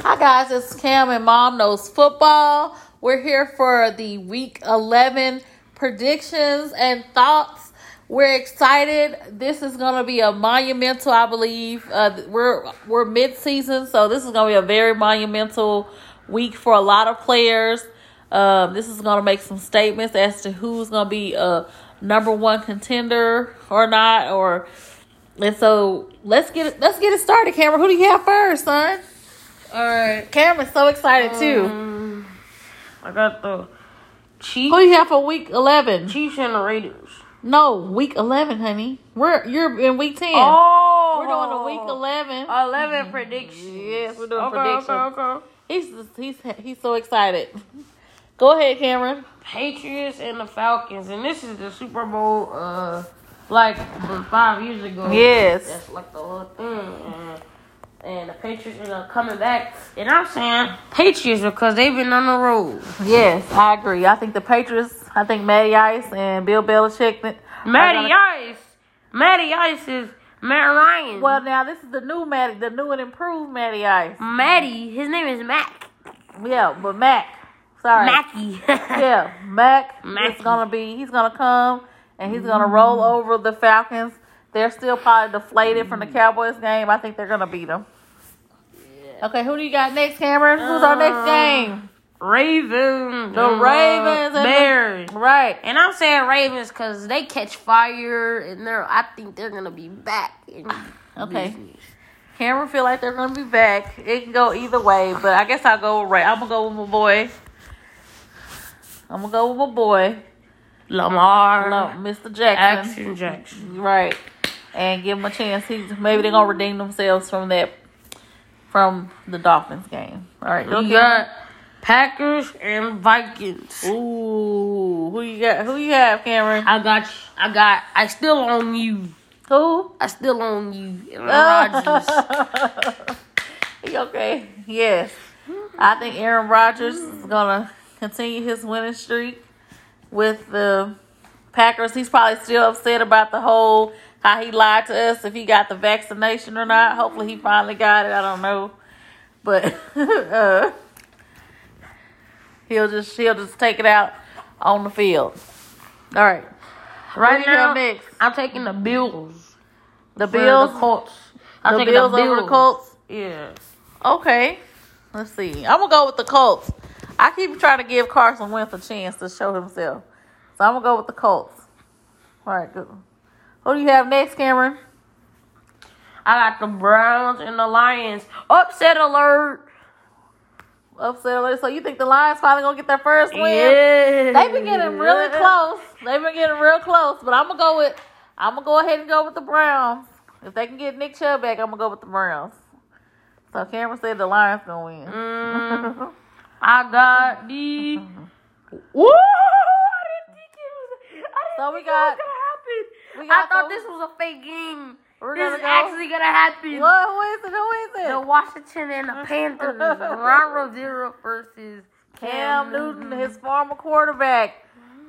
Hi guys, it's Cam and Mom Knows Football. We're here for the week 11 predictions and thoughts. We're excited. This is going to be a monumental, I believe. Uh, we're we're mid-season, so this is going to be a very monumental week for a lot of players. Um, this is going to make some statements as to who's going to be a number one contender or not. Or and so let's get it. Let's get it started, Cameron. Who do you have first, son? All right, Cameron's so excited too. Um, I got the Who Chiefs, do you have for week eleven? Chiefs and the Raiders. No, week eleven, honey. We're you're in week ten. Oh, We're doing the week eleven. 11 predictions. Yes, we're doing okay, predictions. Okay, okay. He's just- he's he's so excited. Go ahead, Cameron. Patriots and the Falcons, and this is the Super Bowl, uh, like from five years ago. Yes. that's like the whole thing. And, and the Patriots are gonna coming back, and I'm saying Patriots because they've been on the road. Yes, I agree. I think the Patriots. I think Matty Ice and Bill Belichick. are Matty gonna- Ice, Matty Ice is Matt Ryan. Well, now this is the new Matty, the new and improved Matty Ice. Mm. Matty, his name is Mac. Yeah, but Mac. Sorry. Mackey. Yeah, Mac Mac. is gonna be. He's gonna come and he's gonna roll over the Falcons. They're still probably deflated from the Cowboys game. I think they're gonna beat them. Okay, who do you got next, Cameron? Who's our next game? Ravens. The and, uh, Ravens and the- Bears. Right. And I'm saying Ravens because they catch fire and they're. I think they're gonna be back. In Okay. business. Cameron feel like they're gonna be back. It can go either way, but I guess I'll go with Ray. I'm gonna go with my boy. I'm gonna go with my boy, Lamar. no, Mr. Jackson. Action Jackson. Right. And give them a chance. He, maybe they're gonna redeem themselves from that from the Dolphins game. All right. We got Packers and Vikings. Ooh, who you got? Who you have, Cameron? I got. you- I got. I still own you. Who? I still own you. Aaron Rodgers. You okay. Yes. I think Aaron Rodgers is gonna continue his winning streak with the Packers. He's probably still upset about the whole how he lied to us if he got the vaccination or not. Hopefully he finally got it. I don't know. But uh, he'll just he'll just take it out on the field. All right. Who Right you got now, next? I'm taking the Bills. The for Bills The Colts. I'm the taking Bills the Bills over the Colts. Yeah. Okay. Let's see. I'm gonna go with the Colts. I keep trying to give Carson Wentz a chance to show himself. So I'm gonna go with the Colts. All right, good. Who do you have next, Cameron? I got the Browns and the Lions. Upset alert. Upset alert. So you think the Lions finally gonna get their first win? Yeah. They've been getting really close. They've been getting real close. But I'm gonna go with I'm gonna go ahead and go with the Browns. If they can get Nick Chubb back, I'm gonna go with the Browns. So Cameron said the Lions gonna win. Mm-hmm. Mm, I got the. Woo! I didn't think it was. I didn't So we think got- it was gonna happen. we got I thought the- this was a fake game. We're This gonna is go- actually gonna happen. What? Who is it? Who is it? The Washington and the Panthers. Ron Rivera versus Cam Newton, his former quarterback.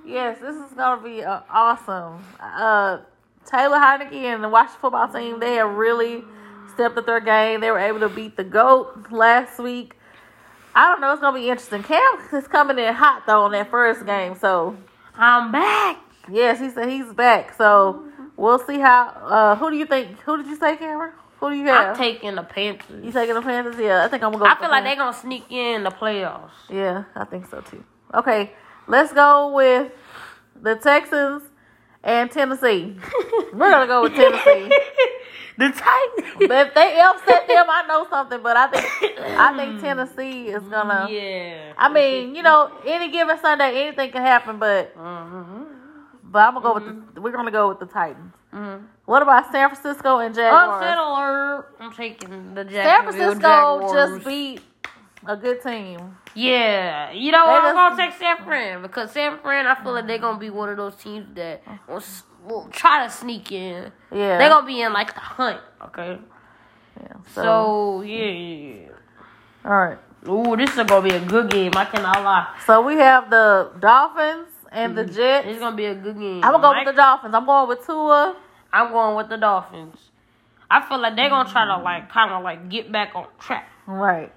Yes, this is gonna be uh, awesome. Uh, Taylor Heineke and the Washington football team, they have really stepped up their game. They were able to beat the GOAT last week. I don't know, it's gonna be interesting. Cam is coming in hot though on that first game, so I'm back. yes, he said he's back. So we'll see how. Uh, who do you think? Who did you say, Cameron? Who do you I'm have? taking the you Panthers. taking the Panthers? Yeah, I think I'm gonna go. I with feel the Panthers. like they're gonna sneak in the playoffs. Yeah, I think so too. Okay, let's go with the Texans and Tennessee. We're gonna go with Tennessee. the Titans. But if they upset them, I know something. But I think I think Tennessee is gonna. Hmm. Yeah. I mean, you know, any given Sunday, anything can happen. But Mm-hmm. but I'm gonna go Mm-hmm. with the, we're gonna go with the Titans. What about San Francisco and Upset Mm-hmm. Jaguars? alert. I'm taking the San Jacksonville Francisco Jaguars. just beat a good team. Yeah, you know what? They I'm just- gonna take San Fran because San Fran, I feel like they're gonna be one of those teams that will, s- will try to sneak in. Yeah, They're gonna be in like the hunt. Okay. yeah, So, yeah, yeah, all right. yeah. Ooh, this is gonna be a good game. I cannot lie. So we have the Dolphins and Mm-hmm. the Jets. It's gonna be a good game. I'm gonna go Mike- with the Dolphins. I'm going with Tua. I'm going with the Dolphins. I feel like they're gonna try to like kind of like get back on track. Right.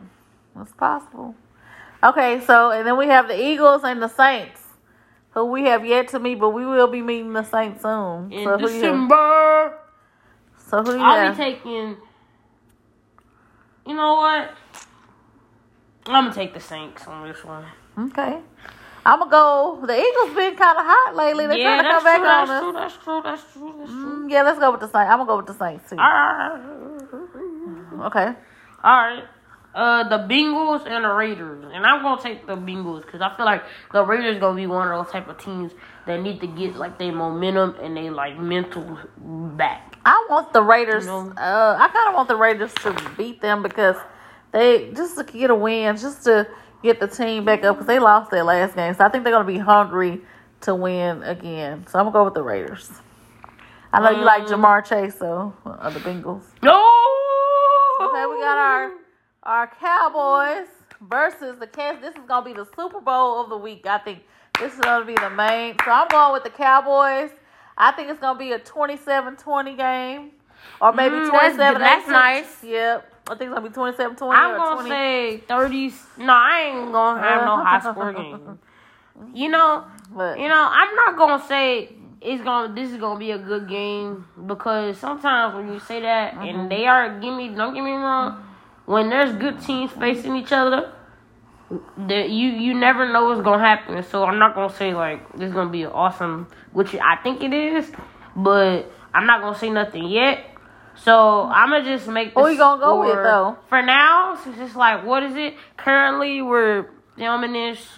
That's possible. Okay, so and then we have the Eagles and the Saints, who we have yet to meet, but we will be meeting the Saints soon. In so who you have? December, So who you I'll have? be taking. You know what? I'm gonna take the Saints on this one. Okay. I'm gonna go. The Eagles been kind of hot lately. They're trying yeah, to that's come true, back that's on true, us. that's true. That's true. That's true. Ah. Mm, yeah, let's go with the Saints. I'm gonna go with the Saints too. All Okay. right. Uh, the Bengals and the Raiders, and I'm gonna take the Bengals because I feel like the Raiders gonna be one of those type of teams that need to get like their momentum and they like mental back. I want the Raiders. No. Uh, I kind of want the Raiders to beat them because they just to get a win, just to get the team back up because they lost their last game. So I think they're gonna be hungry to win again. So I'm gonna go with the Raiders. I know you like Mm. Jamar Chase, so uh, the Bengals. No. Okay, we got our our Cowboys versus the Cats. This is gonna be the Super Bowl of the week. I think this is gonna be the main. So I'm going with the Cowboys. I think it's gonna be a 27-20 game, or maybe Mm, that's- 27. that's nice. Yep, I think it's gonna be 27-20 I'm or gonna 20. say thirty. No, I ain't gonna have no high score game. You know, but you know, I'm not gonna say it's gonna. This is gonna be a good game because sometimes when you say that Mm-hmm. and they are give me don't get me wrong, when there's good teams facing each other, that you you never know what's gonna happen. So I'm not gonna say like this is gonna be awesome, which I think it is, but I'm not gonna say nothing yet. So I'm gonna just make. Who the you gonna go with, score- though? For now, it's just like what is it? Currently, we're filming this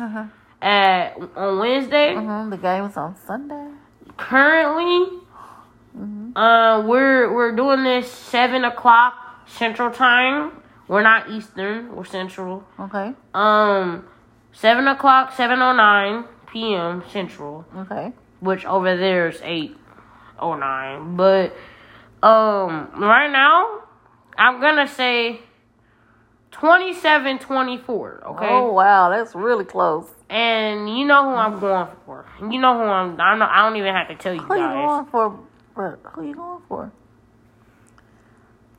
at on Wednesday mhm, Uh-huh, the game is on Sunday. currently Mm-hmm. uh we're we're doing this seven o'clock central time we're not eastern we're central Okay, um seven o'clock seven o nine p.m central okay, which over there is eight oh nine but um right now i'm gonna say 27 24 okay Oh wow, that's really close. and you know who i'm going for you know who i'm i don't, I don't even have to tell you Who you guys going for? Brett? Who you going for?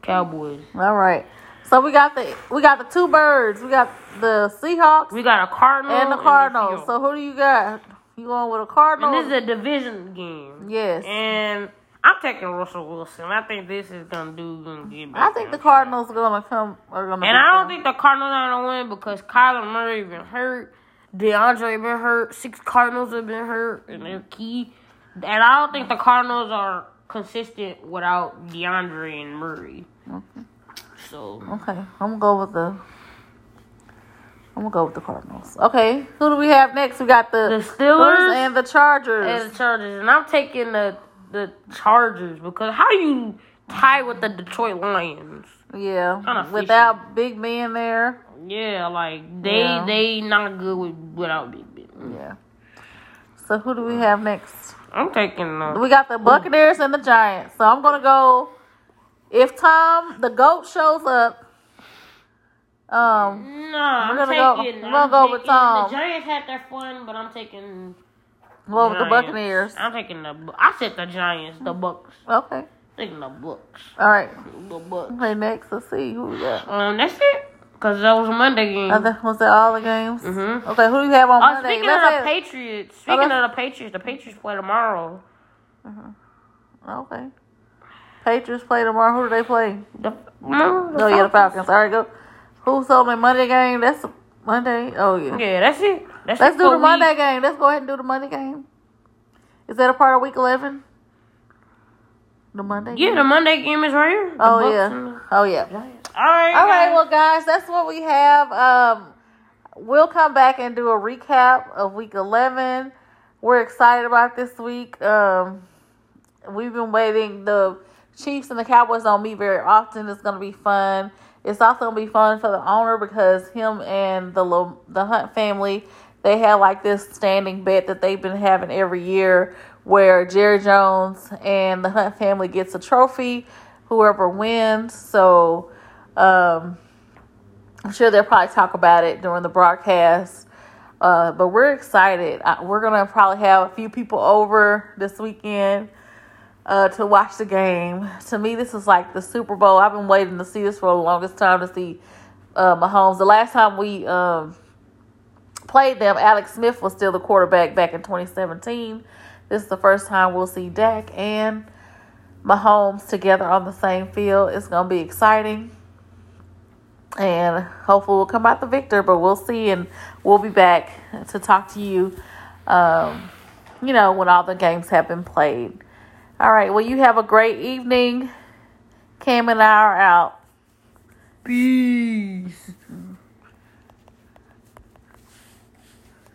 Cowboys. All right. So we got the we got the two birds. We got the Seahawks We got a Cardinal and the Cardinals. So who do you got? You going with the and Cardinals? this is a division game. yes. And I'm taking Russell Wilson. I think this is gonna do gonna get back I think the on track. Cardinals are gonna come are gonna And beat I don't them. think the Cardinals are gonna win because Kyler Murray been hurt, DeAndre been hurt, six Cardinals have been hurt, and they're key. And I don't think the Cardinals are consistent without DeAndre and Murray. So Okay. I'm gonna go with the I'm gonna go with the Cardinals. Okay. Who do we have next? We got the the Steelers Steelers and the Chargers. and the Chargers, and I'm taking the the Chargers because how you tie with the Detroit Lions? kinda yeah. fishy. Without Big Ben there. Yeah, like they Yeah. they not good with without Big Ben. Yeah. So who do we have next? I'm taking the We got the Buccaneers and the Giants. So I'm gonna go. If Tom the goat shows up, um, no. I'm gonna taking. go- we're I'm gonna go with taking- Tom. The Giants had their fun, but I'm taking. well with the Giants. Buccaneers. I'm taking the. Bu- I said the Giants, the Bucks. Okay, I'm taking the Bucks, all right. the Bucks. Okay, next let's see who we got. Um, that's it. Cause that was a Monday game. Other was that all the games? Mhm. Okay, who do you have on Uh, Monday? speaking Let's of the have- Patriots, speaking let's- of the Patriots, the Patriots play tomorrow. okay, Patriots play tomorrow. Who do they play? The, no, Oh yeah, the Falcons. All right, go. Who's on the Monday game? That's Monday. Oh yeah. Yeah, that's it. That's Let's it do for the week- Monday game. Let's go ahead and do the Monday game. Is that a part of week eleven? The Monday. Yeah, game? the Monday game is right here. The Oh Bucks yeah. and the- Oh yeah. All right. All right, guys. well guys, that's what we have. Um we'll come back and do a recap of week 11. We're excited about this week. Um we've been waiting the Chiefs and the Cowboys don't meet very often. It's going to be fun. It's also going to be fun for the owner because him and the Lo- the Hunt family, they had like this standing bet that they've been having every year where Jerry Jones and the Hunt family gets a trophy, whoever wins. So um I'm sure they'll probably talk about it during the broadcast. Uh, but we're excited. Uh, We're going to probably have a few people over this weekend uh, to watch the game. To me, this is like the Super Bowl. I've been waiting to see this for the longest time to see uh, Mahomes. The last time we um, played them, Alex Smith was still the quarterback back in 2017. This is the first time we'll see Dak and Mahomes together on the same field. It's going to be exciting. And hopefully we'll come out the victor, but we'll see. And we'll be back to talk to you, um, you know, when all the games have been played. All right. Well, you have a great evening. Cam and I are out. Peace.